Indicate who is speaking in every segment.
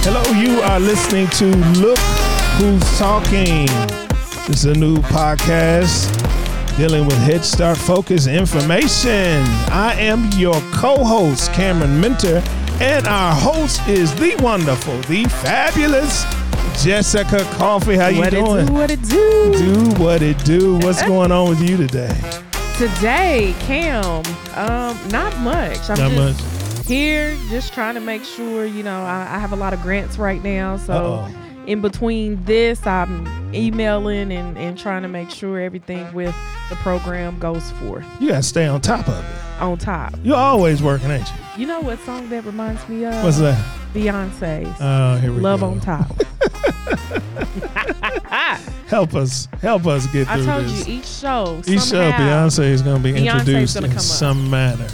Speaker 1: Hello, you are listening to Look Who's Talking. This is a new podcast dealing with Head Start Focus information. I am your co host, Cameron Minter, and our host is the wonderful, the fabulous Jessica Coffee. How you
Speaker 2: what
Speaker 1: doing?
Speaker 2: it do? What it do?
Speaker 1: Do what it do. What's going on with you today?
Speaker 2: Today, Cam. Um, not much. I'm
Speaker 1: Not
Speaker 2: just here, just trying to make sure. You know, I, I have a lot of grants right now, so
Speaker 1: Uh-oh.
Speaker 2: in between this, I'm emailing and and trying to make sure everything with the program goes forth
Speaker 1: You gotta stay on top of it.
Speaker 2: on top.
Speaker 1: You're always working, ain't you?
Speaker 2: You know what song that reminds me of?
Speaker 1: What's that?
Speaker 2: Beyonce's
Speaker 1: Oh, here we
Speaker 2: "Love
Speaker 1: go.
Speaker 2: on Top."
Speaker 1: Help us, help us get
Speaker 2: I
Speaker 1: through
Speaker 2: told
Speaker 1: this.
Speaker 2: you each show.
Speaker 1: Each show,
Speaker 2: somehow-
Speaker 1: Beyonce is going to be
Speaker 2: Beyonce's
Speaker 1: introduced
Speaker 2: gonna
Speaker 1: in
Speaker 2: come up.
Speaker 1: some manner.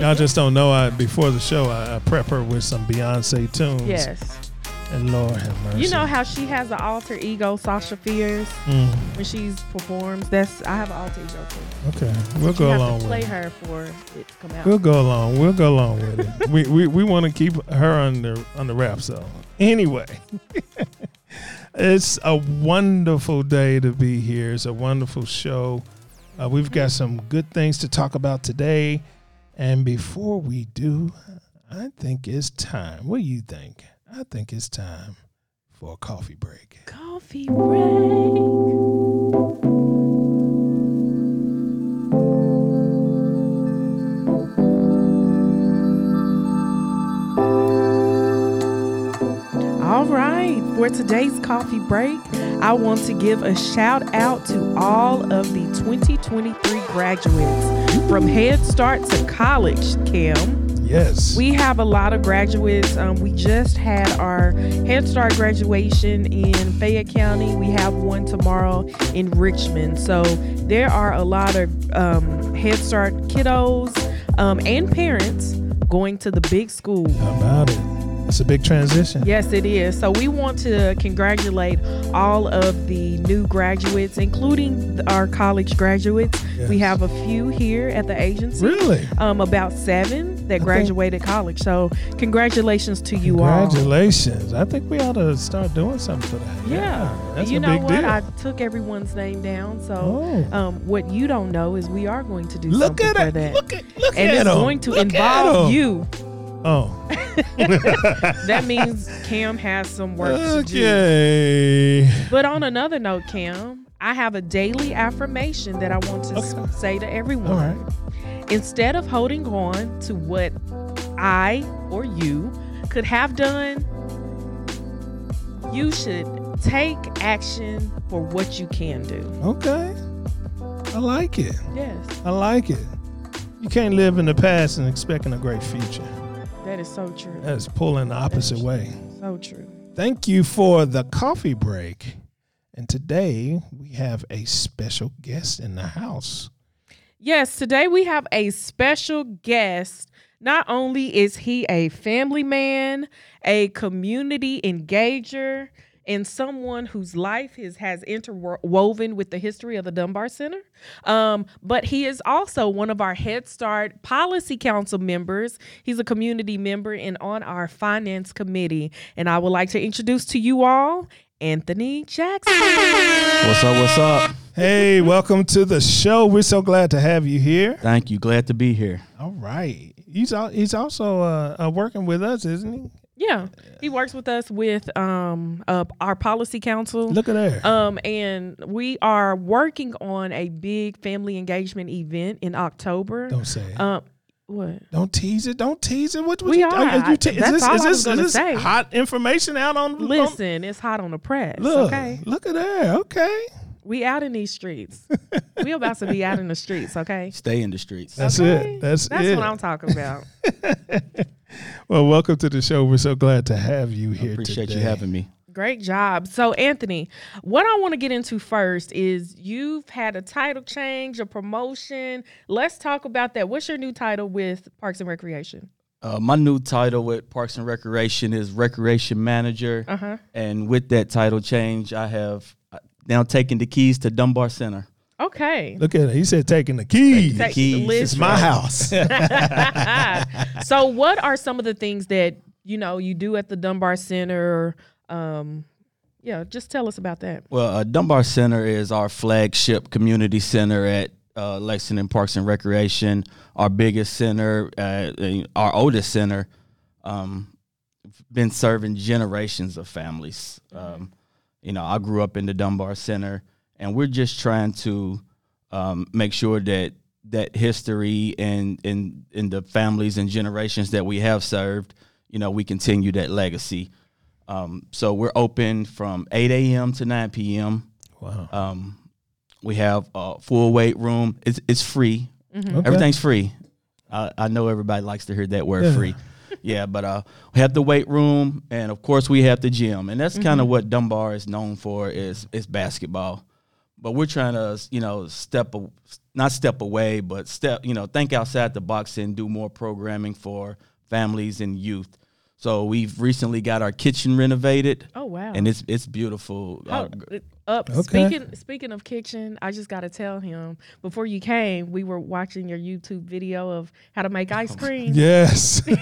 Speaker 1: Y'all just don't know. I before the show, I, I prep her with some Beyonce tunes.
Speaker 2: Yes.
Speaker 1: And Lord have mercy.
Speaker 2: You know how she has an alter ego, Sasha Fierce,
Speaker 1: Mm,
Speaker 2: when she performs. That's I have an alter ego too.
Speaker 1: okay, we'll
Speaker 2: You
Speaker 1: go
Speaker 2: have
Speaker 1: along
Speaker 2: to
Speaker 1: with
Speaker 2: play
Speaker 1: it.
Speaker 2: her for it to come out.
Speaker 1: We'll go along. We'll go along with it. we we, we want to keep her under under wraps. So anyway, it's a wonderful day to be here. It's a wonderful show. Uh, we've got some good things to talk about today, and before we do, I think it's time. What do you think? I think it's time for a coffee break.
Speaker 2: Coffee break. All right, for today's coffee break, I want to give a shout out to all of the 2023 graduates from Head Start to college, Kim.
Speaker 1: Yes.
Speaker 2: We have a lot of graduates. Um, we just had our Head Start graduation in Fayette County. We have one tomorrow in Richmond. So there are a lot of um, Head Start kiddos um, and parents going to the big school.
Speaker 1: How about it? It's a big transition.
Speaker 2: Yes, it is. So we want to congratulate all of the new graduates, including our college graduates. We
Speaker 1: Yes.
Speaker 2: have a few here at the agency
Speaker 1: Really?
Speaker 2: um, about seven that
Speaker 1: Okay.
Speaker 2: graduated college. So congratulations to you all.
Speaker 1: Congratulations. I think we ought to start doing something for that.
Speaker 2: Yeah.
Speaker 1: that's
Speaker 2: you
Speaker 1: a
Speaker 2: know
Speaker 1: big
Speaker 2: what?
Speaker 1: deal.
Speaker 2: I took everyone's name down. So
Speaker 1: oh.
Speaker 2: um, what you don't know is we are going to do
Speaker 1: Look
Speaker 2: something
Speaker 1: at
Speaker 2: for
Speaker 1: it.
Speaker 2: that.
Speaker 1: Look at look
Speaker 2: and
Speaker 1: at
Speaker 2: it's
Speaker 1: him.
Speaker 2: going to
Speaker 1: Look at
Speaker 2: involve
Speaker 1: him.
Speaker 2: you.
Speaker 1: Oh.
Speaker 2: That means Cam has some work to do.
Speaker 1: Okay.
Speaker 2: But on another note, Kim, I have a daily affirmation that I want to s-
Speaker 1: Okay.
Speaker 2: say to everyone.
Speaker 1: All right.
Speaker 2: Instead of holding on to what I or you could have done, you should take action for what you can do.
Speaker 1: Okay. I like it.
Speaker 2: Yes,
Speaker 1: I like it. You can't live in the past and expecting a great future.
Speaker 2: that is so true.
Speaker 1: That is pulling the opposite way.
Speaker 2: So true.
Speaker 1: Thank you for the coffee break. And today we have a special guest in the house.
Speaker 2: Yes, today we have a special guest. Not only is he a family man, a community engager, and someone whose life is, has interwoven with the history of the Dunbar Center, um, but he is also one of our Head Start Policy Council members. He's a community member and on our Finance Committee. And I would like to introduce to you all Anthony Jackson.
Speaker 3: What's up? What's up?
Speaker 1: Hey, welcome to the show. We're so glad to have you here.
Speaker 3: Thank you. Glad to be here.
Speaker 1: All right. He's al- he's also uh, uh, working with us, isn't he?
Speaker 2: Yeah, he works with us with um uh, our policy council.
Speaker 1: Look at there.
Speaker 2: Um, and we are working on a big family engagement event in October.
Speaker 1: Don't say it.
Speaker 2: Um, what?
Speaker 1: Don't tease it. Don't tease it. What, what
Speaker 2: We
Speaker 1: you,
Speaker 2: are.
Speaker 1: you te-
Speaker 2: That's
Speaker 1: is this,
Speaker 2: all
Speaker 1: is
Speaker 2: I
Speaker 1: this,
Speaker 2: was gonna
Speaker 1: is this
Speaker 2: say.
Speaker 1: hot information out on? on-
Speaker 2: Listen, it's hot on the press.
Speaker 1: look,
Speaker 2: Okay,
Speaker 1: look at there. Okay,
Speaker 2: we out in these streets. we about to be out in the streets. Okay,
Speaker 3: Stay in the streets.
Speaker 1: that's
Speaker 2: Okay?
Speaker 1: it. That's,
Speaker 2: that's
Speaker 1: it.
Speaker 2: what I'm talking about.
Speaker 1: well, welcome to the show. We're so glad to have you here.
Speaker 3: Appreciate
Speaker 1: today.
Speaker 3: you having me.
Speaker 2: Great job. So, Anthony, what I want to get into first is you've had a title change, a promotion. Let's talk about that. What's your new title with Parks and Recreation?
Speaker 3: Uh, my new title with Parks and Recreation is Recreation Manager,
Speaker 2: Uh
Speaker 1: Uh-huh.
Speaker 2: huh.
Speaker 3: and with that title change, I have uh, now taken the keys to Dunbar Center.
Speaker 2: Okay.
Speaker 1: Look at it. He said taking the keys.
Speaker 2: Take-
Speaker 3: keys.
Speaker 1: It's my house.
Speaker 2: so, what are some of the things that you know you do at the Dunbar Center. Um, yeah, just tell us about that.
Speaker 3: Well, uh, Dunbar Center is our flagship community center at uh, Lexington Parks and Recreation, our biggest center, uh, uh, our oldest center. Um, been serving generations of families. Um, you know, I grew up in the Dunbar Center, and we're just trying to um, make sure that that history and and and the families and generations that we have served, you know, we continue that legacy. Um, so we're open from 8 a.m. to 9 p.m.
Speaker 1: Wow.
Speaker 3: Um, we have a full weight room. It's it's free.
Speaker 2: Mm-hmm.
Speaker 1: Okay.
Speaker 3: Everything's free. I, I know everybody likes to hear that word
Speaker 1: Yeah.
Speaker 3: free. Yeah, but uh, we have the weight room, and of course we have the gym, and that's kind
Speaker 2: Mm-hmm.
Speaker 3: of what Dunbar is known for is is basketball. But we're trying to, you know, step a, not step away, but step, you know, think outside the box and do more programming for families and youth. So we've recently got our kitchen renovated,
Speaker 2: Oh wow.
Speaker 3: and it's it's beautiful.
Speaker 2: Oh,
Speaker 3: Uh,
Speaker 2: it- up
Speaker 1: Okay.
Speaker 2: speaking speaking of kitchen, I just got to tell him before you came, we were watching your YouTube video of how to make
Speaker 3: Oh
Speaker 2: ice cream.
Speaker 1: Yes. we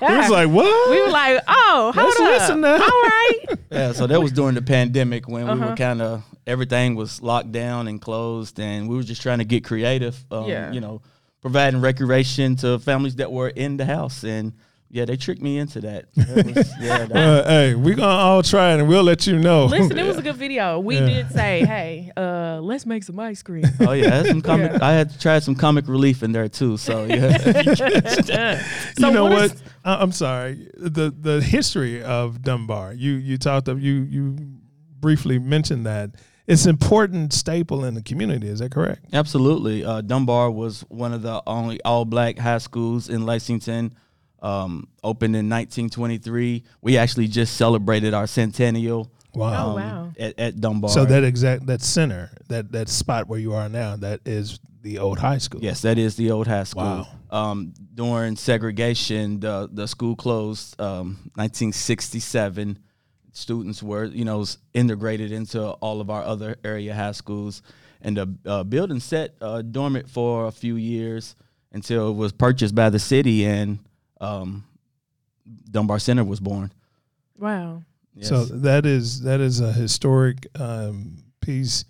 Speaker 1: was like, what?
Speaker 2: We were like, "Oh, hold
Speaker 1: Let's
Speaker 2: up.
Speaker 1: listen now.
Speaker 2: All right.
Speaker 3: yeah, so that was during the pandemic when we
Speaker 2: Uh-huh.
Speaker 3: were kind of everything was locked down and closed, and we were just trying to get creative. Um,
Speaker 2: Yeah.
Speaker 3: you know, providing recreation to families that were in the house, and yeah, they tricked me into that. That was- yeah, that-
Speaker 1: Uh, hey, we're gonna all try it, and we'll let you know.
Speaker 2: Listen, it was a good video. We
Speaker 1: Yeah.
Speaker 2: did say, "Hey, uh, let's make some ice cream."
Speaker 3: oh yeah, I had some comic.
Speaker 2: Yeah.
Speaker 3: I had to try some comic relief in there too. So yeah,
Speaker 2: So
Speaker 1: you know
Speaker 2: what is-
Speaker 1: what? I I'm sorry. The the history of Dunbar. You you talked of you you briefly mentioned that it's an important staple in the community. Is that correct?
Speaker 3: Absolutely. Uh, Dunbar was one of the only all black high schools in Lexington. Um, opened in 1923. We actually just celebrated our centennial. um,
Speaker 1: Wow.
Speaker 2: Oh, wow.
Speaker 3: At, at Dunbar.
Speaker 1: So that exact that center that that spot where you are now that is the old high school.
Speaker 3: Yes, that is the old high school.
Speaker 1: Wow.
Speaker 3: Um, during segregation, the the school closed um, 1967. Students were, you know, s- integrated into all of our other area high schools, and the uh, building sat uh, dormant for a few years until it was purchased by the city, and um, Dunbar Center was born.
Speaker 2: wow.
Speaker 3: Yes.
Speaker 1: So that is that is a historic um, piece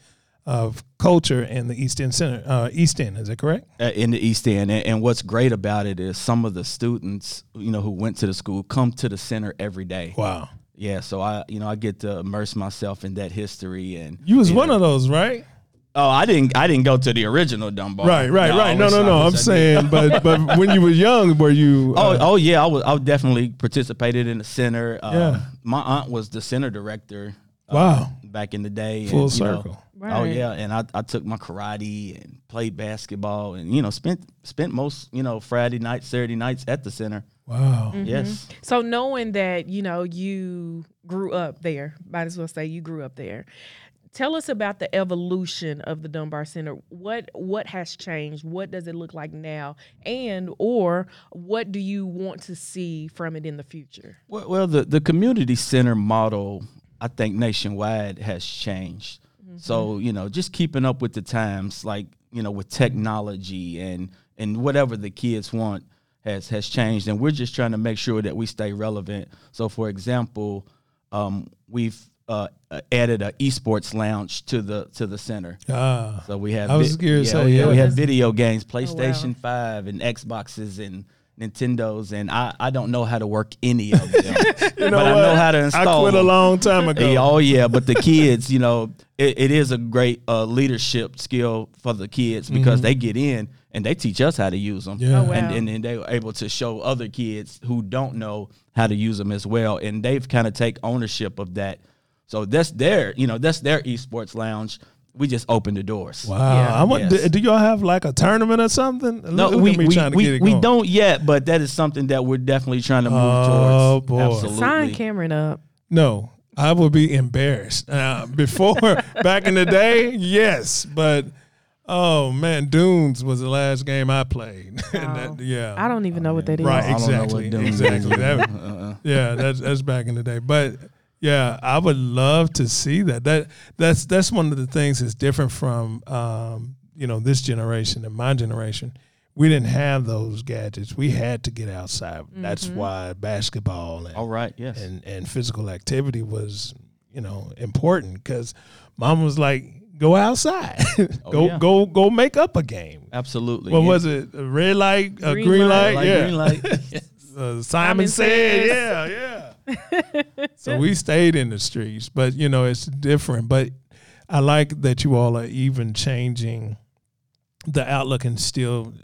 Speaker 1: of culture in the East End Center. Uh, East End, is that correct?
Speaker 3: uh, in the East End. And, and what's great about it is some of the students, you know, who went to the school come to the center every day.
Speaker 1: Wow.
Speaker 3: Yeah, so I, you know, I get to immerse myself in that history and
Speaker 1: You was
Speaker 3: you
Speaker 1: one
Speaker 3: know-
Speaker 1: of those, right?
Speaker 3: Oh, I didn't, I didn't go to the original Dunbar.
Speaker 1: Right, right,
Speaker 3: I
Speaker 1: right. No,
Speaker 3: wish-
Speaker 1: no,
Speaker 3: Oh, I
Speaker 1: no.
Speaker 3: wish
Speaker 1: I'm
Speaker 3: I did.
Speaker 1: saying, but but when you were young, were you?
Speaker 3: Oh,
Speaker 1: uh,
Speaker 3: oh yeah, I was. I definitely participated in the center. Uh,
Speaker 1: Yeah.
Speaker 3: My aunt was the center director. uh,
Speaker 1: wow.
Speaker 3: back in the day.
Speaker 1: Full
Speaker 3: and, you know,
Speaker 1: circle.
Speaker 3: Oh
Speaker 2: Right.
Speaker 3: yeah, and I, I took my karate and played basketball and you know spent spent most you know Friday nights, Saturday nights at the center.
Speaker 1: Wow.
Speaker 3: Yes.
Speaker 2: So knowing that you know you grew up there, might as well say you grew up there. Tell us about the evolution of the Dunbar Center. What what has changed? What does it look like now? And or what do you want to see from it in the future?
Speaker 3: Well, well the, the community center model, I think, nationwide has changed. So, you know, just keeping up with the times, like, you know, with technology and, and whatever the kids want has, has changed. And we're just trying to make sure that we stay relevant. So, for example, um, we've uh, added an esports lounge to the to the center.
Speaker 1: Ah.
Speaker 3: So we have
Speaker 1: I was curious,
Speaker 3: Yeah,
Speaker 1: so
Speaker 3: we-
Speaker 1: yeah.
Speaker 3: we have video games, PlayStation Five, and Xboxes and Nintendos, and I, I don't know how to work any of them, but I know
Speaker 1: what?
Speaker 3: how to
Speaker 1: I
Speaker 3: install.
Speaker 1: quit a
Speaker 3: them.
Speaker 1: long time ago.
Speaker 3: Yeah, oh yeah, but the kids, you know, it, it is a great uh, leadership skill for the kids because they get in and they teach us how to use them,
Speaker 1: Mm-hmm. Yeah. Oh,
Speaker 2: wow.
Speaker 3: and, and then they were able to show other kids who don't know how to use them as well, and they've kind of take ownership of that. So that's their, you know, that's their esports lounge. We just open the doors.
Speaker 1: Wow.
Speaker 2: Yeah.
Speaker 1: I want,
Speaker 3: Yes.
Speaker 1: do, do y'all have like a tournament or something?
Speaker 3: No,
Speaker 1: Look at
Speaker 3: we,
Speaker 1: me
Speaker 3: we,
Speaker 1: trying to get
Speaker 3: we,
Speaker 1: it
Speaker 3: we
Speaker 1: going.
Speaker 3: don't yet, but that is something that we're definitely trying to move
Speaker 1: Oh,
Speaker 3: towards.
Speaker 1: boy.
Speaker 3: Absolutely.
Speaker 2: Sign Cameron up.
Speaker 1: No, I would be embarrassed. Uh, before, back in the day, yes, but oh man, Dunes was the last game I played. And that-
Speaker 3: Oh.
Speaker 2: Wow.
Speaker 1: Oh, yeah,
Speaker 2: I don't even know what that is.
Speaker 1: Right,
Speaker 3: I don't know what
Speaker 1: exactly,
Speaker 3: Doom is.
Speaker 1: exactly. That-
Speaker 3: Uh-uh.
Speaker 1: yeah, that's that's back in the day. But yeah, I would love to see that. That that's that's one of the things that's different from um, you know this generation and my generation. we didn't have those gadgets. We had to get outside. That's why basketball and,
Speaker 3: All right. Yes.
Speaker 1: and and physical activity was you know important because mom was like, go outside, go
Speaker 3: Oh, yeah.
Speaker 1: go go make up a game.
Speaker 3: Absolutely.
Speaker 1: What
Speaker 3: yeah.
Speaker 1: was it? A red light, a green,
Speaker 2: Green
Speaker 1: light,
Speaker 2: light.
Speaker 3: Like
Speaker 1: yeah.
Speaker 3: green light.
Speaker 1: Uh, Simon,
Speaker 2: Simon
Speaker 1: said,
Speaker 2: Says.
Speaker 1: yeah, yeah. so we stayed in the streets, but you know, it's different. But I like that you all are even changing the outlook and still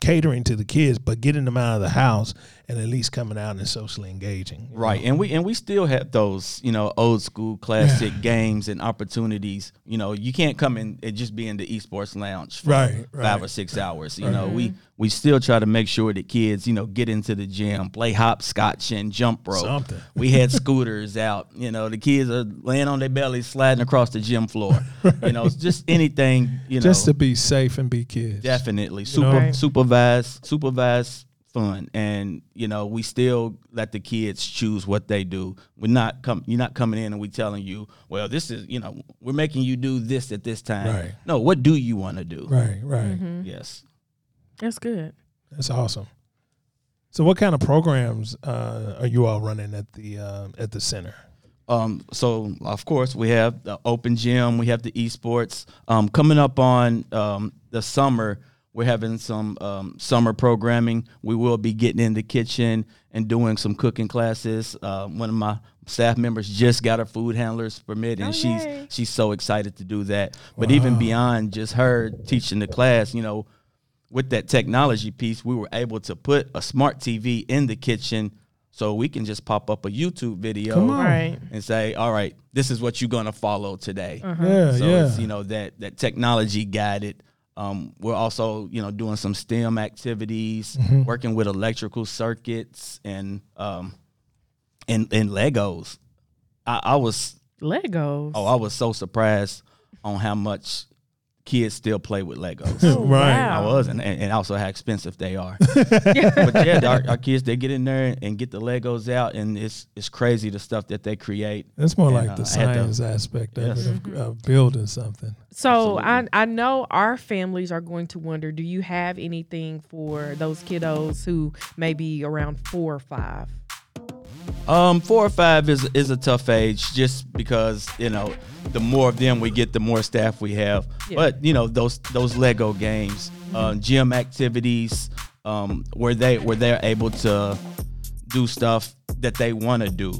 Speaker 1: catering to the kids, but getting them out of the house and at least coming out and socially engaging. you
Speaker 3: Right,
Speaker 1: know.
Speaker 3: and we and we still have those, you know, old school classic games and opportunities. You know, you can't come in and just be in the esports lounge for
Speaker 1: Right, right.
Speaker 3: five or six hours. You know, we we still try to make sure that kids, you know, get into the gym, play hopscotch and jump rope.
Speaker 1: Something.
Speaker 3: We had scooters out. You know, the kids are laying on their bellies, sliding across the gym floor. You know, it's just anything. You know,
Speaker 1: Just to be safe and be kids.
Speaker 3: Definitely.
Speaker 1: know?
Speaker 3: Super
Speaker 2: Right.
Speaker 3: supervised supervised fun. And, you know, we still let the kids choose what they do. We're not com- you're not coming in and we telling you, well, this is you know, we're making you do this at this time.
Speaker 1: Right.
Speaker 3: No, what do you want to do?
Speaker 1: Right,
Speaker 2: Mm-hmm.
Speaker 1: right.
Speaker 3: Yes.
Speaker 2: That's good.
Speaker 1: That's awesome. So, what kind of programs uh, are you all running at the uh, at the center?
Speaker 3: Um, so of course we have the open gym, we have the esports. Um, coming up on um, the summer, we're having some um, summer programming. We will be getting in the kitchen and doing some cooking classes. Uh, one of my staff members just got her food handler's permit, and
Speaker 2: Oh,
Speaker 3: she's
Speaker 2: yay.
Speaker 3: she's so excited to do that. But even beyond just her teaching the class, you know, with that technology piece, we were able to put a smart TV in the kitchen. So we can just pop up a YouTube video
Speaker 1: Come on. Oh.
Speaker 2: Right.
Speaker 3: and say, "All right, this is what you're gonna follow today."
Speaker 1: Uh-huh.
Speaker 2: Uh-huh.
Speaker 1: Yeah,
Speaker 3: So
Speaker 1: yeah.
Speaker 3: it's you know that that technology guided. Um, we're also you know doing some STEM activities,
Speaker 1: Mm-hmm.
Speaker 3: working with electrical circuits and um, and and Legos. I, I was
Speaker 2: Legos.
Speaker 3: oh I was so surprised on how much kids still play with Legos.
Speaker 1: Right.
Speaker 3: I
Speaker 2: Oh, wow.
Speaker 3: was, and, and and also how expensive they are. but yeah, our, our kids they get in there and get the Legos out, and it's it's crazy the stuff that they create.
Speaker 1: That's more
Speaker 3: And,
Speaker 1: like
Speaker 3: uh,
Speaker 1: the
Speaker 3: I had to-
Speaker 1: science aspect of,
Speaker 3: Yes.
Speaker 1: it, of, of building something.
Speaker 2: So I, I know our families are going to wonder do you have anything for those kiddos who may be around four or five?
Speaker 3: Um, four or five is is a tough age, just because you know the more of them we get, the more staff we have.
Speaker 2: Yeah. Mm-hmm.
Speaker 3: But you know those those Lego games, uh, gym activities, um, where they where they're able to do stuff that they want to do.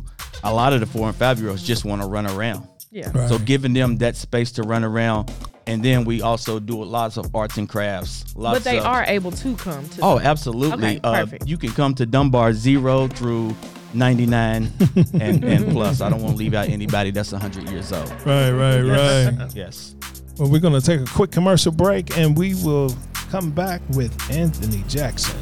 Speaker 3: A lot of the four and five year olds just want to run around.
Speaker 2: Yeah.
Speaker 1: Right.
Speaker 3: So giving them that space to run around, and then we also do lots of arts and crafts. Lots
Speaker 2: But they
Speaker 3: of,
Speaker 2: are able to come to.
Speaker 3: Oh, absolutely.
Speaker 2: Okay,
Speaker 3: uh,
Speaker 2: perfect.
Speaker 3: you can come to Dunbar zero through 99 and, and plus. I don't want to leave out anybody that's 100 years old.
Speaker 1: Right, right, right.
Speaker 3: Yes.
Speaker 1: well, we're going to take a quick commercial break and we will come back with Anthony Jackson.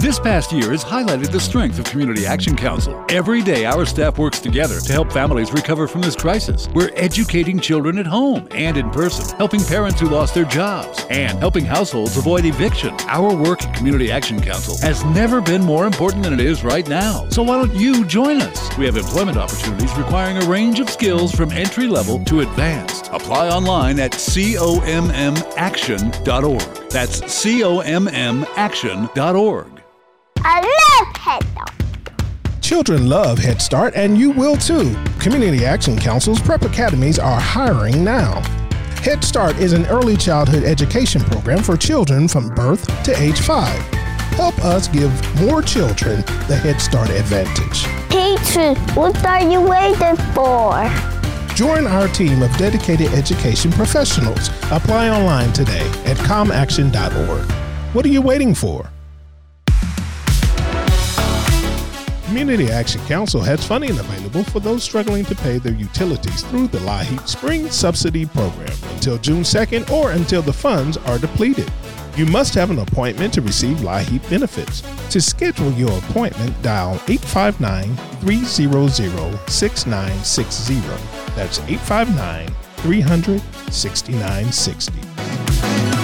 Speaker 4: This past year has highlighted the strength of Community Action Council. Every day, our staff works together to help families recover from this crisis. We're educating children at home and in person, helping parents who lost their jobs, and helping households avoid eviction. Our work at Community Action Council has never been more important than it is right now. So why don't you join us? We have employment opportunities requiring a range of skills from entry level to advanced. Apply online at commaction.org. That's commaction.org.
Speaker 5: I love pet dogs.
Speaker 6: Children love Head Start, and you will too. Community Action Council's prep academies are hiring now. Head Start is an early childhood education program for children from birth to age five. Help us give more children the Head Start advantage.
Speaker 5: Teacher, what are you waiting for?
Speaker 6: Join our team of dedicated education professionals. Apply online today at comaction.org. What are you waiting for? Community Action Council has funding available for those struggling to pay their utilities through the LIHEAP Spring Subsidy Program until June 2nd or until the funds are depleted. You must have an appointment to receive LIHEAP benefits. To schedule your appointment, dial 859 300 6960. That's 859 300 6960.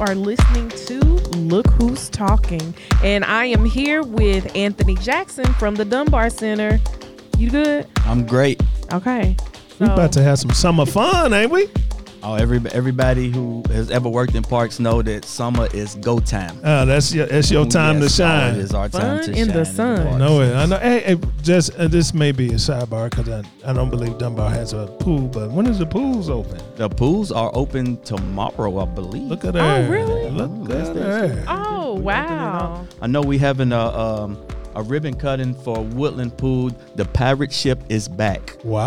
Speaker 2: are listening to Look Who's Talking. And I am here with Anthony Jackson from the Dunbar Center. You good?
Speaker 3: I'm great.
Speaker 2: Okay.
Speaker 1: We
Speaker 2: So-
Speaker 1: about to have some summer fun, ain't we?
Speaker 3: Oh, every, everybody who has ever worked in parks know that summer is go time.
Speaker 1: Uh, that's your that's your
Speaker 3: Oh,
Speaker 1: time
Speaker 3: yes,
Speaker 1: to
Speaker 3: oh, It
Speaker 1: shine.
Speaker 3: is our time
Speaker 2: Fun
Speaker 3: to
Speaker 2: in
Speaker 3: shine.
Speaker 2: the sun.
Speaker 3: parks.
Speaker 1: No way. I know. Hey, hey, just uh, this may be a sidebar because I, I don't believe Dunbar has a pool. But when is the pools open?
Speaker 3: The pools are open tomorrow, I believe.
Speaker 1: Look at that.
Speaker 2: Oh, really?
Speaker 1: Look
Speaker 3: that's
Speaker 1: at
Speaker 3: nice.
Speaker 1: that.
Speaker 2: Oh, wow.
Speaker 3: I know we having a um, a ribbon cutting for Woodland Pool. The pirate ship is back.
Speaker 1: Wow.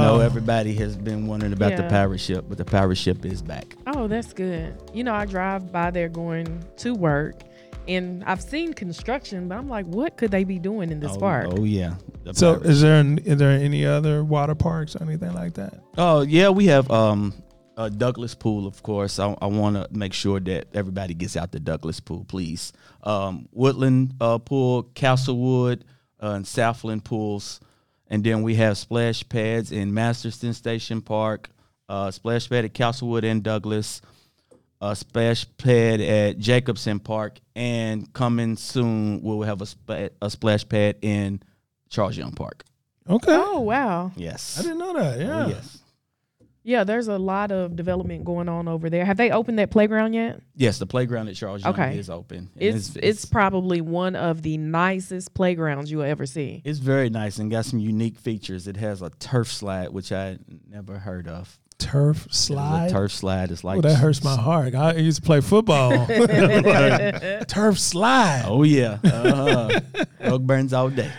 Speaker 3: I know everybody has been wondering about the
Speaker 2: Yeah.
Speaker 3: pirate ship, but the pirate ship is back.
Speaker 2: Oh, that's good. You know, I drive by there going to work and I've seen construction, but I'm like, what could they be doing in this
Speaker 3: oh,
Speaker 2: park?
Speaker 3: Oh yeah. The
Speaker 1: So
Speaker 3: pirate-
Speaker 1: is there an, is there any other water parks or anything like that?
Speaker 3: oh yeah, we have um uh, Douglas Pool, of course. I, I want to make sure that everybody gets out the Douglas Pool, please. Um, Woodland uh, Pool, Castlewood, uh, and Southland Pools, and then we have splash pads in Masterston Station Park, uh, splash pad at Castlewood and Douglas, a splash pad at Jacobson Park, and coming soon we'll have a, spa- a splash pad in Charles Young Park.
Speaker 1: Okay.
Speaker 2: Oh, wow.
Speaker 3: Yes.
Speaker 1: I didn't know that. Yeah.
Speaker 3: Oh, yes.
Speaker 2: Yeah, there's a lot of development going on over there. Have they opened that playground yet?
Speaker 3: Yes, the playground at Charles Young
Speaker 2: Okay.
Speaker 3: is open. and
Speaker 2: It's it's probably one of the nicest playgrounds you'll ever see.
Speaker 3: it's very nice and got some unique features. It has a turf slide, which I never heard of.
Speaker 1: Turf
Speaker 3: It was
Speaker 1: slide.
Speaker 3: A turf slide is like
Speaker 1: Oh, that hurts my heart. I used to play football. turf slide.
Speaker 3: Oh yeah, uh-huh. rug burns all day.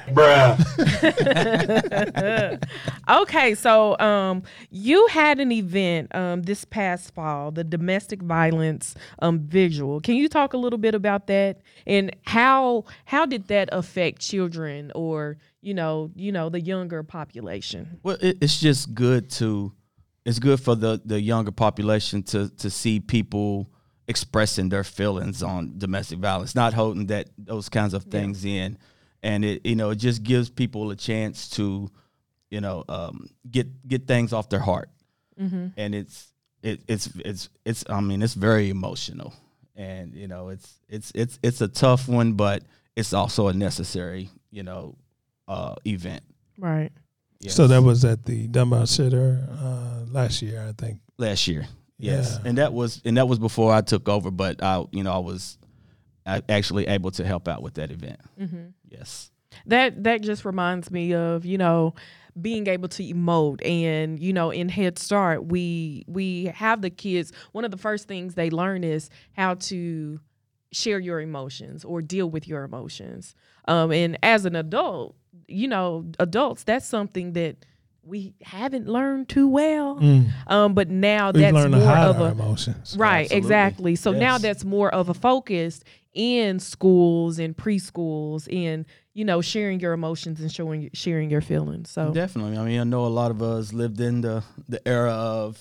Speaker 2: Okay, so um, you had an event um, this past fall, the domestic violence um, visual. Can you talk a little bit about that and how how did that affect children or you know you know the younger population?
Speaker 3: Well, it, it's just good to, it's good for the the younger population to to see people expressing their feelings on domestic violence, not holding that those kinds of things in, and it you know it just gives people a chance to, you know, um, get get things off their heart, and it's it, it's it's it's I mean it's very emotional, and you know it's it's it's it's a tough one, but it's also a necessary you know uh, event.
Speaker 2: Right.
Speaker 1: So that was at the Dunbar Center uh, last year, I think.
Speaker 3: last year. Yes,
Speaker 1: Yeah.
Speaker 3: and that was and that was before I took over, but I you know I was I actually able to help out with that event.
Speaker 2: Mm-hmm.
Speaker 3: Yes,
Speaker 2: that that just reminds me of you know being able to emote and you know in head start we we have the kids one of the first things they learn is how to share your emotions or deal with your emotions um and as an adult you know adults that's something that we haven't learned too well um but now
Speaker 1: We
Speaker 2: that's
Speaker 1: Mm. learned to
Speaker 2: more
Speaker 1: hide
Speaker 2: of
Speaker 1: our
Speaker 2: a
Speaker 1: emotions.
Speaker 2: Right,
Speaker 3: Absolutely.
Speaker 2: exactly. So now
Speaker 3: Yes.
Speaker 2: that's more of a focus in schools and preschools in, you know, sharing your emotions and showing sharing your feelings. So
Speaker 3: definitely. I mean, I know a lot of us lived in the the era of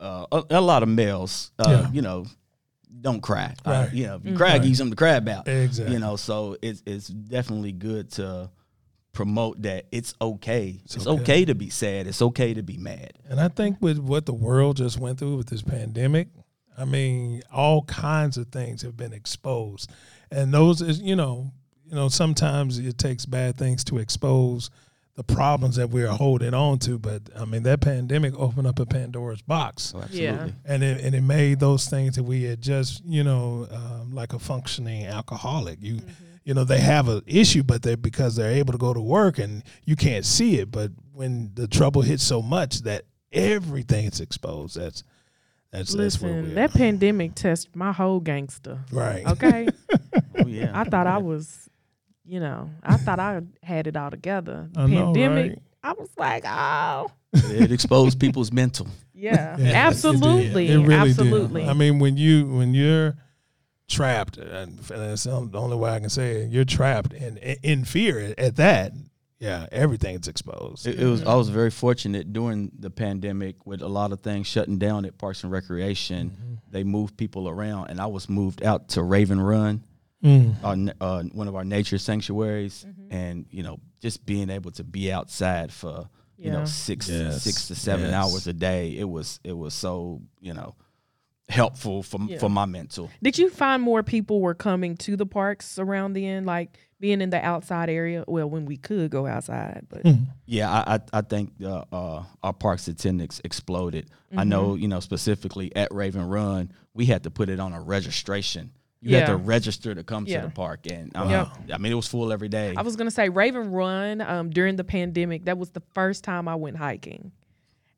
Speaker 3: uh, a, a lot of males. Uh,
Speaker 1: Yeah.
Speaker 3: You know, don't cry. Uh,
Speaker 1: Right.
Speaker 3: you know, if you
Speaker 2: Mm-hmm.
Speaker 3: cry, give you something to cry about.
Speaker 1: Exactly.
Speaker 3: You know, so it's it's definitely good to promote that it's okay. It's,
Speaker 1: okay.
Speaker 3: okay. to be sad. It's okay to be mad.
Speaker 1: And I think with what the world just went through with this pandemic, I mean, all kinds of things have been exposed. And those is, you know, you know, sometimes it takes bad things to expose the problems that we are holding on to. But I mean, that pandemic opened up a Pandora's box.
Speaker 2: yeah.
Speaker 1: and it, and it made those things that we had just you know um, like a functioning alcoholic you
Speaker 2: Mm-hmm.
Speaker 1: you know they have an issue but they because they're able to go to work and you can't see it but when the trouble hits so much that everything's exposed that's that's that's where we
Speaker 2: Listen,
Speaker 1: are.
Speaker 2: that pandemic tested my whole gangster.
Speaker 1: right
Speaker 2: Okay.
Speaker 3: Oh yeah.
Speaker 2: I thought I was, you know, I thought I had it all together. The
Speaker 1: I know,
Speaker 2: pandemic,
Speaker 1: right?
Speaker 2: I was like, oh
Speaker 3: it exposed people's mental.
Speaker 2: yeah.
Speaker 1: Yeah, it did.
Speaker 2: absolutely.
Speaker 1: It really did.
Speaker 2: absolutely.
Speaker 1: I mean, when you when you're trapped, and that's the only way I can say it, you're trapped and in, in fear at that. Yeah, everything's exposed.
Speaker 3: It, it was. I was very fortunate during the pandemic with a lot of things shutting down at Parks and Recreation. They moved people around, and I was moved out to Raven Run, our n uh, one of our nature sanctuaries, and you know, just being able to be outside for you
Speaker 2: Yeah.
Speaker 3: know six
Speaker 6: Yes,
Speaker 3: six to seven
Speaker 6: yes.
Speaker 3: hours a day. It was it was so you know helpful for for my mental.
Speaker 2: Did you find more people were coming to the parks around then, like being in the outside area? Well, when we could go outside,
Speaker 1: Mm-hmm.
Speaker 2: but
Speaker 3: Yeah, I I, I think uh, uh, our parks attendance exploded. I know
Speaker 2: Mm-hmm.
Speaker 3: you know specifically at Raven Run, we had to put it on a registration. You had to
Speaker 2: Yeah.
Speaker 3: register to come
Speaker 2: Yeah.
Speaker 3: to the park, and uh,
Speaker 2: Yep.
Speaker 3: I mean it was full every day.
Speaker 2: I was gonna say Raven Run um, during the pandemic. That was the first time I went hiking,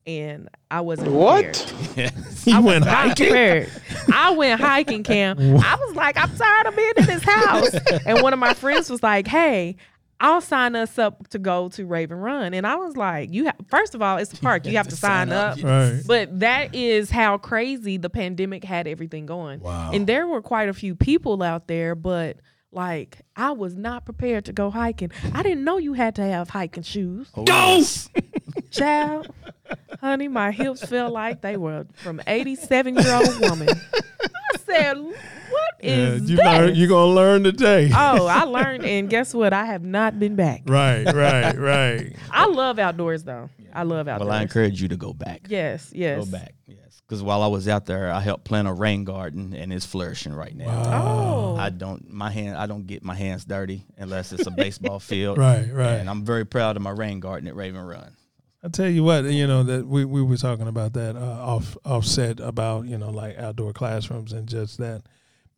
Speaker 2: and I wasn't
Speaker 1: What?
Speaker 2: prepared.
Speaker 1: You went
Speaker 2: I
Speaker 1: hiking.
Speaker 2: prepared. I went hiking, Cam. I was like, I'm tired of being in this house. And one of my friends was like, Hey, I'll sign us up to go to Raven Run. And I was like, You ha- first of all, it's a park. You, have to, sign, up.
Speaker 1: Right.
Speaker 2: But that is how crazy the pandemic had everything going. Wow. And there were quite a few people out there, but like I was not prepared to go hiking. I didn't know you had to have hiking shoes.
Speaker 3: Go.
Speaker 2: Child, honey, my hips felt like they were from 87 year old woman. I said, "What is
Speaker 1: you
Speaker 2: this?"
Speaker 1: learn, you're gonna learn today.
Speaker 2: oh, I learned, and guess what? I have not been back.
Speaker 1: Right, right, right.
Speaker 2: I love outdoors, though. I love outdoors.
Speaker 3: Well, I encourage you to go back.
Speaker 2: yes, yes.
Speaker 3: Go back. Yes. Because while I was out there, I helped plant a rain garden, and it's flourishing right now.
Speaker 2: Oh,
Speaker 3: I don't my hand I don't get my hands dirty unless it's a baseball field.
Speaker 1: Right, right.
Speaker 3: And I'm very proud of my rain garden at Raven Run.
Speaker 6: I tell you what, you know that we, we were talking about that uh, off offset about you know like outdoor classrooms and just that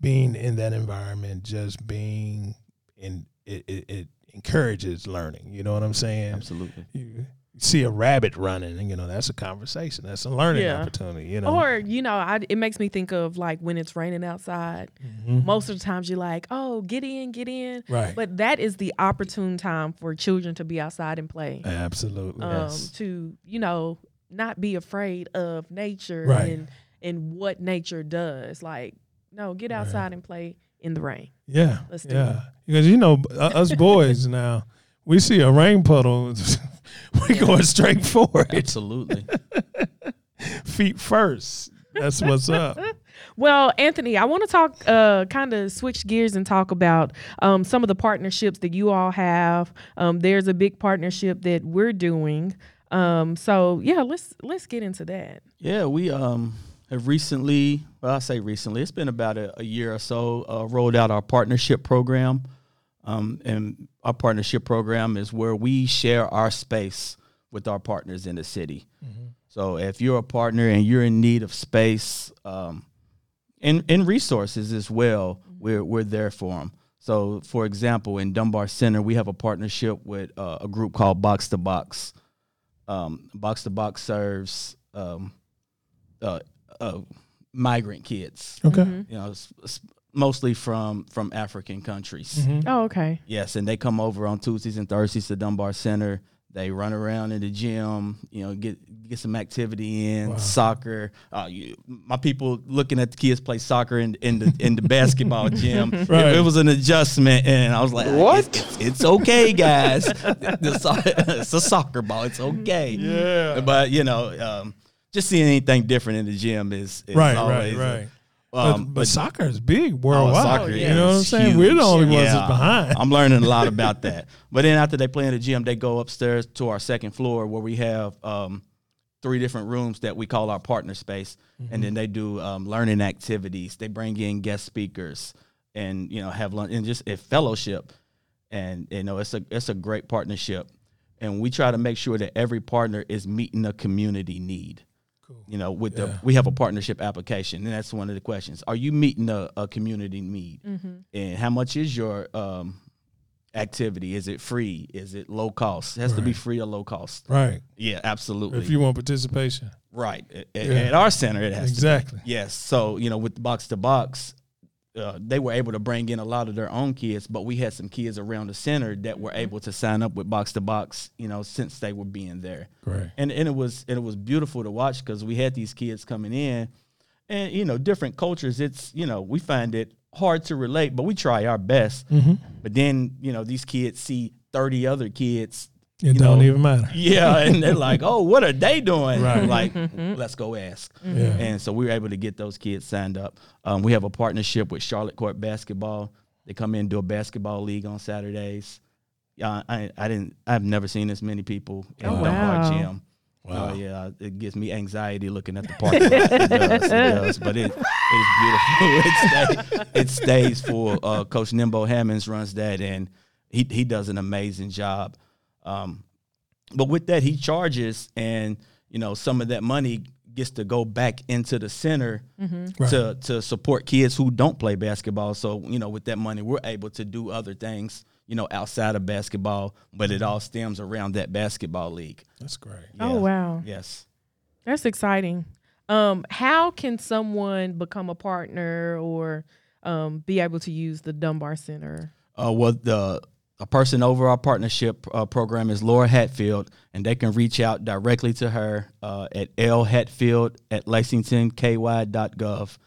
Speaker 6: being in that environment, just being in it, it, it encourages learning. You know what I'm saying?
Speaker 3: Absolutely.
Speaker 6: You see a rabbit running, and you know that's a conversation, that's a learning
Speaker 2: Yeah.
Speaker 6: opportunity. You know,
Speaker 2: Or you know, I, it makes me think of like when it's raining outside.
Speaker 1: Mm-hmm.
Speaker 2: Most of the times you're like, "Oh, get in, get in,"
Speaker 6: Right.
Speaker 2: But that is the opportune time for children to be outside and play.
Speaker 6: absolutely,
Speaker 2: um, to you know not be afraid of nature
Speaker 6: Right.
Speaker 2: and and what nature does. Like, no, get outside and play in the rain.
Speaker 6: yeah,
Speaker 2: let's do
Speaker 6: yeah. Because you know uh, us boys now, we see a rain puddle, we going straight for it,
Speaker 3: Absolutely.
Speaker 6: feet first. That's what's up.
Speaker 2: Well, Anthony, I want to talk, uh, kind of switch gears and talk about um, some of the partnerships that you all have. Um, there's a big partnership that we're doing. Um, so yeah, let's let's get into that.
Speaker 3: yeah, we um have recently, well, I say recently, it's been about a, a year or so, uh, rolled out our partnership program. Um, and our partnership program is where we share our space with our partners in the city. So if you're a partner and you're in need of space, um, and and resources as well. We're we're there for them. So, for example, in Dunbar Center, we have a partnership with uh, a group called Box to Box. Um, Box to Box serves um, uh, uh, migrant kids.
Speaker 6: Okay.
Speaker 2: Mm-hmm.
Speaker 3: You know, s- s- mostly from from African countries.
Speaker 2: Oh, okay.
Speaker 3: Yes, and they come over on Tuesdays and Thursdays to Dunbar Center. They run around in the gym, you know, get get some activity in soccer. Uh, you, my people looking at the kids play soccer in, in the in the basketball gym. It-
Speaker 6: Right.
Speaker 3: It, was an adjustment, and I was like, "What? It's, it's okay, guys. The so- it's a soccer ball. It's okay." Yeah. But you know, um, just seeing anything different in the gym is, is
Speaker 6: Right, right,
Speaker 3: always a-
Speaker 6: right.
Speaker 3: um,
Speaker 6: but, but soccer is big worldwide.
Speaker 3: Oh,
Speaker 2: Oh,
Speaker 3: soccer
Speaker 6: you know what I'm
Speaker 3: is
Speaker 6: saying? We're the
Speaker 3: huge.
Speaker 6: only ones
Speaker 3: Yeah.
Speaker 6: that's behind.
Speaker 3: I'm learning a lot about that. But then after they play in the gym, they go upstairs to our second floor where we have um, three different rooms that we call our partner space,
Speaker 6: Mm-hmm.
Speaker 3: and then they do um, learning activities. They bring in guest speakers, and you know have lunch and just a fellowship. And you know it's a it's a great partnership, and we try to make sure that every partner is meeting a community need. You know, with the we have a partnership application, and that's one of the questions: Are you meeting a, a community need? And how much is your um, activity? Is it free? Is it low cost? It has to be free or low cost.
Speaker 6: Right.
Speaker 3: Yeah, absolutely.
Speaker 6: If you want participation.
Speaker 3: right A- a-
Speaker 6: Yeah.
Speaker 3: at our center, it has
Speaker 6: Exactly.
Speaker 3: to. Be. Yes. So you know, with the box to box, uh, they were able to bring in a lot of their own kids, but we had some kids around the center that were able to sign up with box to box. You know, since they were being there.
Speaker 6: Right.
Speaker 3: And and it was and it was beautiful to watch because we had these kids coming in, and you know, different cultures. It's you know, we find it hard to relate, but we try our best. But then you know, these kids see thirty other kids.
Speaker 6: It
Speaker 3: you
Speaker 6: don't
Speaker 3: know,
Speaker 6: even matter.
Speaker 3: yeah, and they're like, "Oh, what are they doing?"
Speaker 6: Right.
Speaker 3: Like,
Speaker 2: Mm-hmm.
Speaker 3: let's go ask.
Speaker 6: Yeah.
Speaker 3: And so we were able to get those kids signed up. Um, we have a partnership with Charlotte Court Basketball. They come in and do a basketball league on Saturdays. Yeah, I, I didn't. I've never seen this many people in
Speaker 2: Oh,
Speaker 3: Dunbar
Speaker 2: wow.
Speaker 3: Gym. Oh yeah, it gives me anxiety looking at the parking lot. it does, it does. But it, it is beautiful. it, stay, it stays full. Uh, Coach Nimbo Hammonds runs that, and he he does an amazing job. Um, but with that, he charges, and you know some of that money gets to go back into the center
Speaker 2: Mm-hmm.
Speaker 3: to to support kids who don't play basketball. So you know, with that money, we're able to do other things. You know, outside of basketball, but it all stems around that basketball league.
Speaker 6: That's great.
Speaker 2: Oh,
Speaker 3: Yeah.
Speaker 2: wow.
Speaker 3: Yes.
Speaker 2: That's exciting. Um, how can someone become a partner or um, be able to use the Dunbar Center?
Speaker 3: Uh, well, the a person over our partnership uh, program is Laura Hatfield, and they can reach out directly to her uh, at lhatfield at lexingtonky.gov.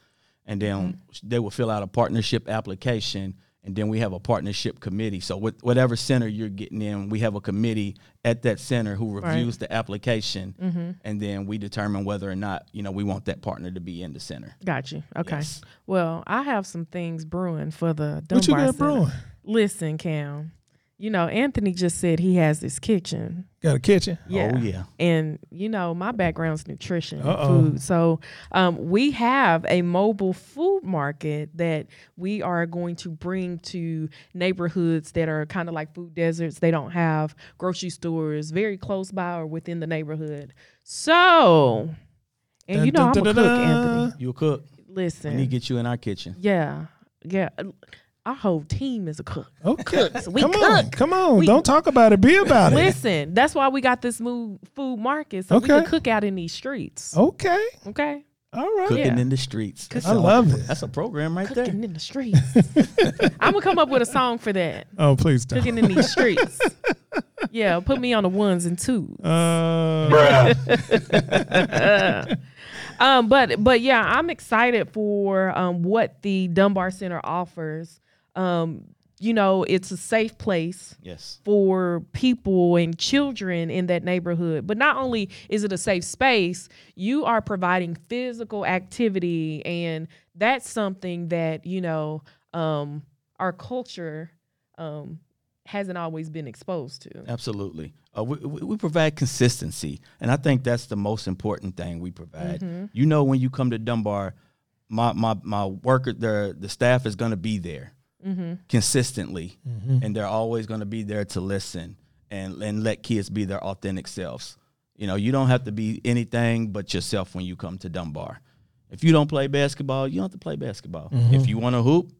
Speaker 3: And then
Speaker 2: Mm-hmm.
Speaker 3: they will fill out a partnership application, and then we have a partnership committee. So, with whatever center you're getting in, we have a committee at that center who reviews the application,
Speaker 2: Mm-hmm.
Speaker 3: and then we determine whether or not you know we want that partner to be in the center.
Speaker 2: Got you. Okay.
Speaker 3: Yes.
Speaker 2: Well, I have some things brewing for the Dunbar
Speaker 6: What you got
Speaker 2: Center.
Speaker 6: brewing?
Speaker 2: Listen, Cam. You know, Anthony just said he has this kitchen.
Speaker 6: Got a kitchen.
Speaker 2: Yeah.
Speaker 3: Oh yeah.
Speaker 2: And you know, my background's nutrition and food. So um, we have a mobile food market that we are going to bring to neighborhoods that are kind of like food deserts. They don't have grocery stores very close by or within the neighborhood. So and you know
Speaker 6: Dun,
Speaker 2: I'm
Speaker 6: dun,
Speaker 2: a
Speaker 6: dun,
Speaker 2: cook,
Speaker 6: dun.
Speaker 2: Anthony.
Speaker 3: You a cook? We
Speaker 2: Listen.
Speaker 3: need to get you in our kitchen.
Speaker 2: yeah. Yeah. Our whole team is a cook.
Speaker 6: Okay.
Speaker 2: We
Speaker 6: come on.
Speaker 2: cook.
Speaker 6: Come on.
Speaker 2: We-
Speaker 6: Don't talk about it. Be about it.
Speaker 2: Listen, that's why we got this move food market so we
Speaker 6: Okay.
Speaker 2: can cook out in these streets.
Speaker 6: Okay.
Speaker 2: Okay.
Speaker 6: All right.
Speaker 3: Cooking
Speaker 2: Oh, Yeah.
Speaker 3: in the streets. That's
Speaker 6: I
Speaker 3: a-
Speaker 6: love it.
Speaker 3: That's a program right there.
Speaker 2: Cooking in the streets. I'm gonna come up with a song for that.
Speaker 6: Oh, please don't.
Speaker 2: Cooking in these streets. Yeah, put me on the ones and twos.
Speaker 6: Uh,
Speaker 2: Um, but but yeah, I'm excited for um what the Dunbar Center offers. Um, you know, it's a safe place
Speaker 3: Yes.
Speaker 2: for people and children in that neighborhood. But not only is it a safe space, you are providing physical activity, and that's something that you know um, our culture um, hasn't always been exposed to.
Speaker 3: Absolutely. Uh, we, we we provide consistency, and I think that's the most important thing we provide. You know, when you come to Dunbar, my my my worker, the the staff is going to be there consistently, and they're always going to be there to listen and and let kids be their authentic selves. You know, you don't have to be anything but yourself when you come to Dunbar. If you don't play basketball, you don't have to play basketball. If you want to hoop,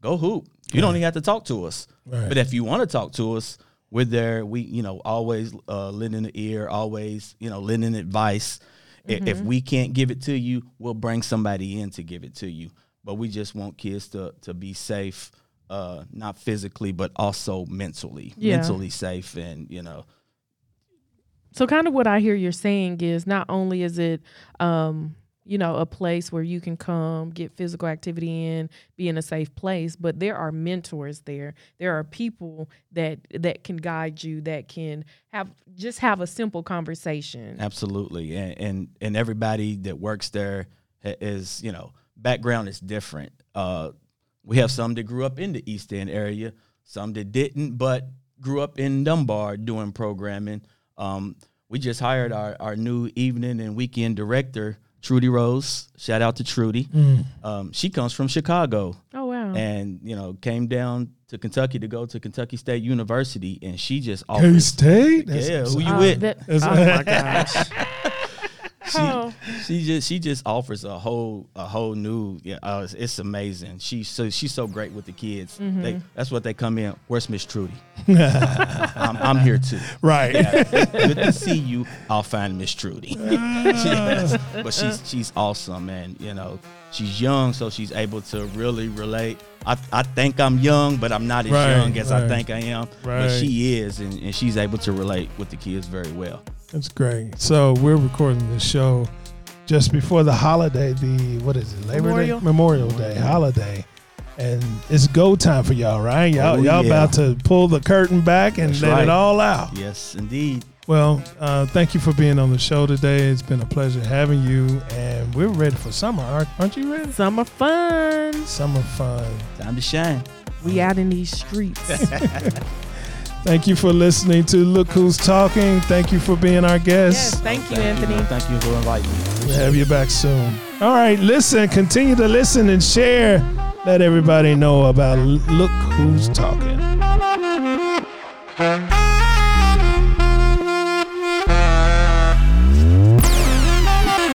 Speaker 3: go hoop. You don't even have to talk to us. But if you want to talk to us, we're there. We, you know, always uh, lending the ear, always, you know, lending advice. I- If we can't give it to you, we'll bring somebody in to give it to you. But we just want kids to to be safe, uh, not physically, but also mentally,
Speaker 2: Yeah.
Speaker 3: mentally safe, and you know,
Speaker 2: So, kind of what I hear you're saying is not only is it, um, you know, a place where you can come get physical activity in, be in a safe place, but there are mentors there. There are people that that can guide you, that can have just have a simple conversation.
Speaker 3: Absolutely, and and, and everybody that works there ha- is you know background is different. Uh, we have some that grew up in the East End area, some that didn't, but grew up in Dunbar doing programming. Um, we just hired our our new evening and weekend director, Trudy Rose. Shout out to Trudy. Um, she comes from Chicago
Speaker 2: Oh wow!
Speaker 3: and you know came down to Kentucky to go to Kentucky State University, and she just
Speaker 6: K
Speaker 3: offers.
Speaker 6: State.
Speaker 3: Yeah, who you
Speaker 2: Oh,
Speaker 3: with?
Speaker 2: that- oh my gosh!
Speaker 3: she,
Speaker 2: Oh.
Speaker 3: she just she just offers a whole a whole new yeah uh, it's, it's amazing she's so she's so great with the kids
Speaker 6: Mm-hmm.
Speaker 3: they, that's what they come in where's miss trudy I'm, I'm here too
Speaker 6: Right.
Speaker 3: good to see you i'll find miss trudy She- but she's she's awesome and you know she's young so she's able to really relate i, I think i'm young but i'm not as
Speaker 6: Right,
Speaker 3: young as i
Speaker 6: right.
Speaker 3: think i am
Speaker 6: Right.
Speaker 3: but she is and, and she's able to relate with the kids very well
Speaker 6: That's great. So we're recording the show just before the holiday, the what is it? Labor
Speaker 2: Memorial?
Speaker 6: Day, Memorial Day holiday, and it's go time for y'all, right? Y'all,
Speaker 3: Oh,
Speaker 6: y'all
Speaker 3: yeah.
Speaker 6: about to pull the curtain back and
Speaker 3: That's
Speaker 6: let
Speaker 3: right.
Speaker 6: it all out.
Speaker 3: yes indeed
Speaker 6: Well, uh, thank you for being on the show today. It's been a pleasure having you, and we're ready for summer. Aren't, aren't you ready?
Speaker 2: Summer fun.
Speaker 6: Summer fun.
Speaker 3: time to shine
Speaker 2: We out in these streets.
Speaker 1: Thank you for listening to Look Who's Talking. Thank you for being our
Speaker 2: Yes,
Speaker 1: guest.
Speaker 2: thank you,
Speaker 3: Thank
Speaker 2: Anthony.
Speaker 3: You, man. thank you for inviting me.
Speaker 1: We'll have you back soon. All right, listen, continue to listen and share. Let everybody know about Look Who's Talking.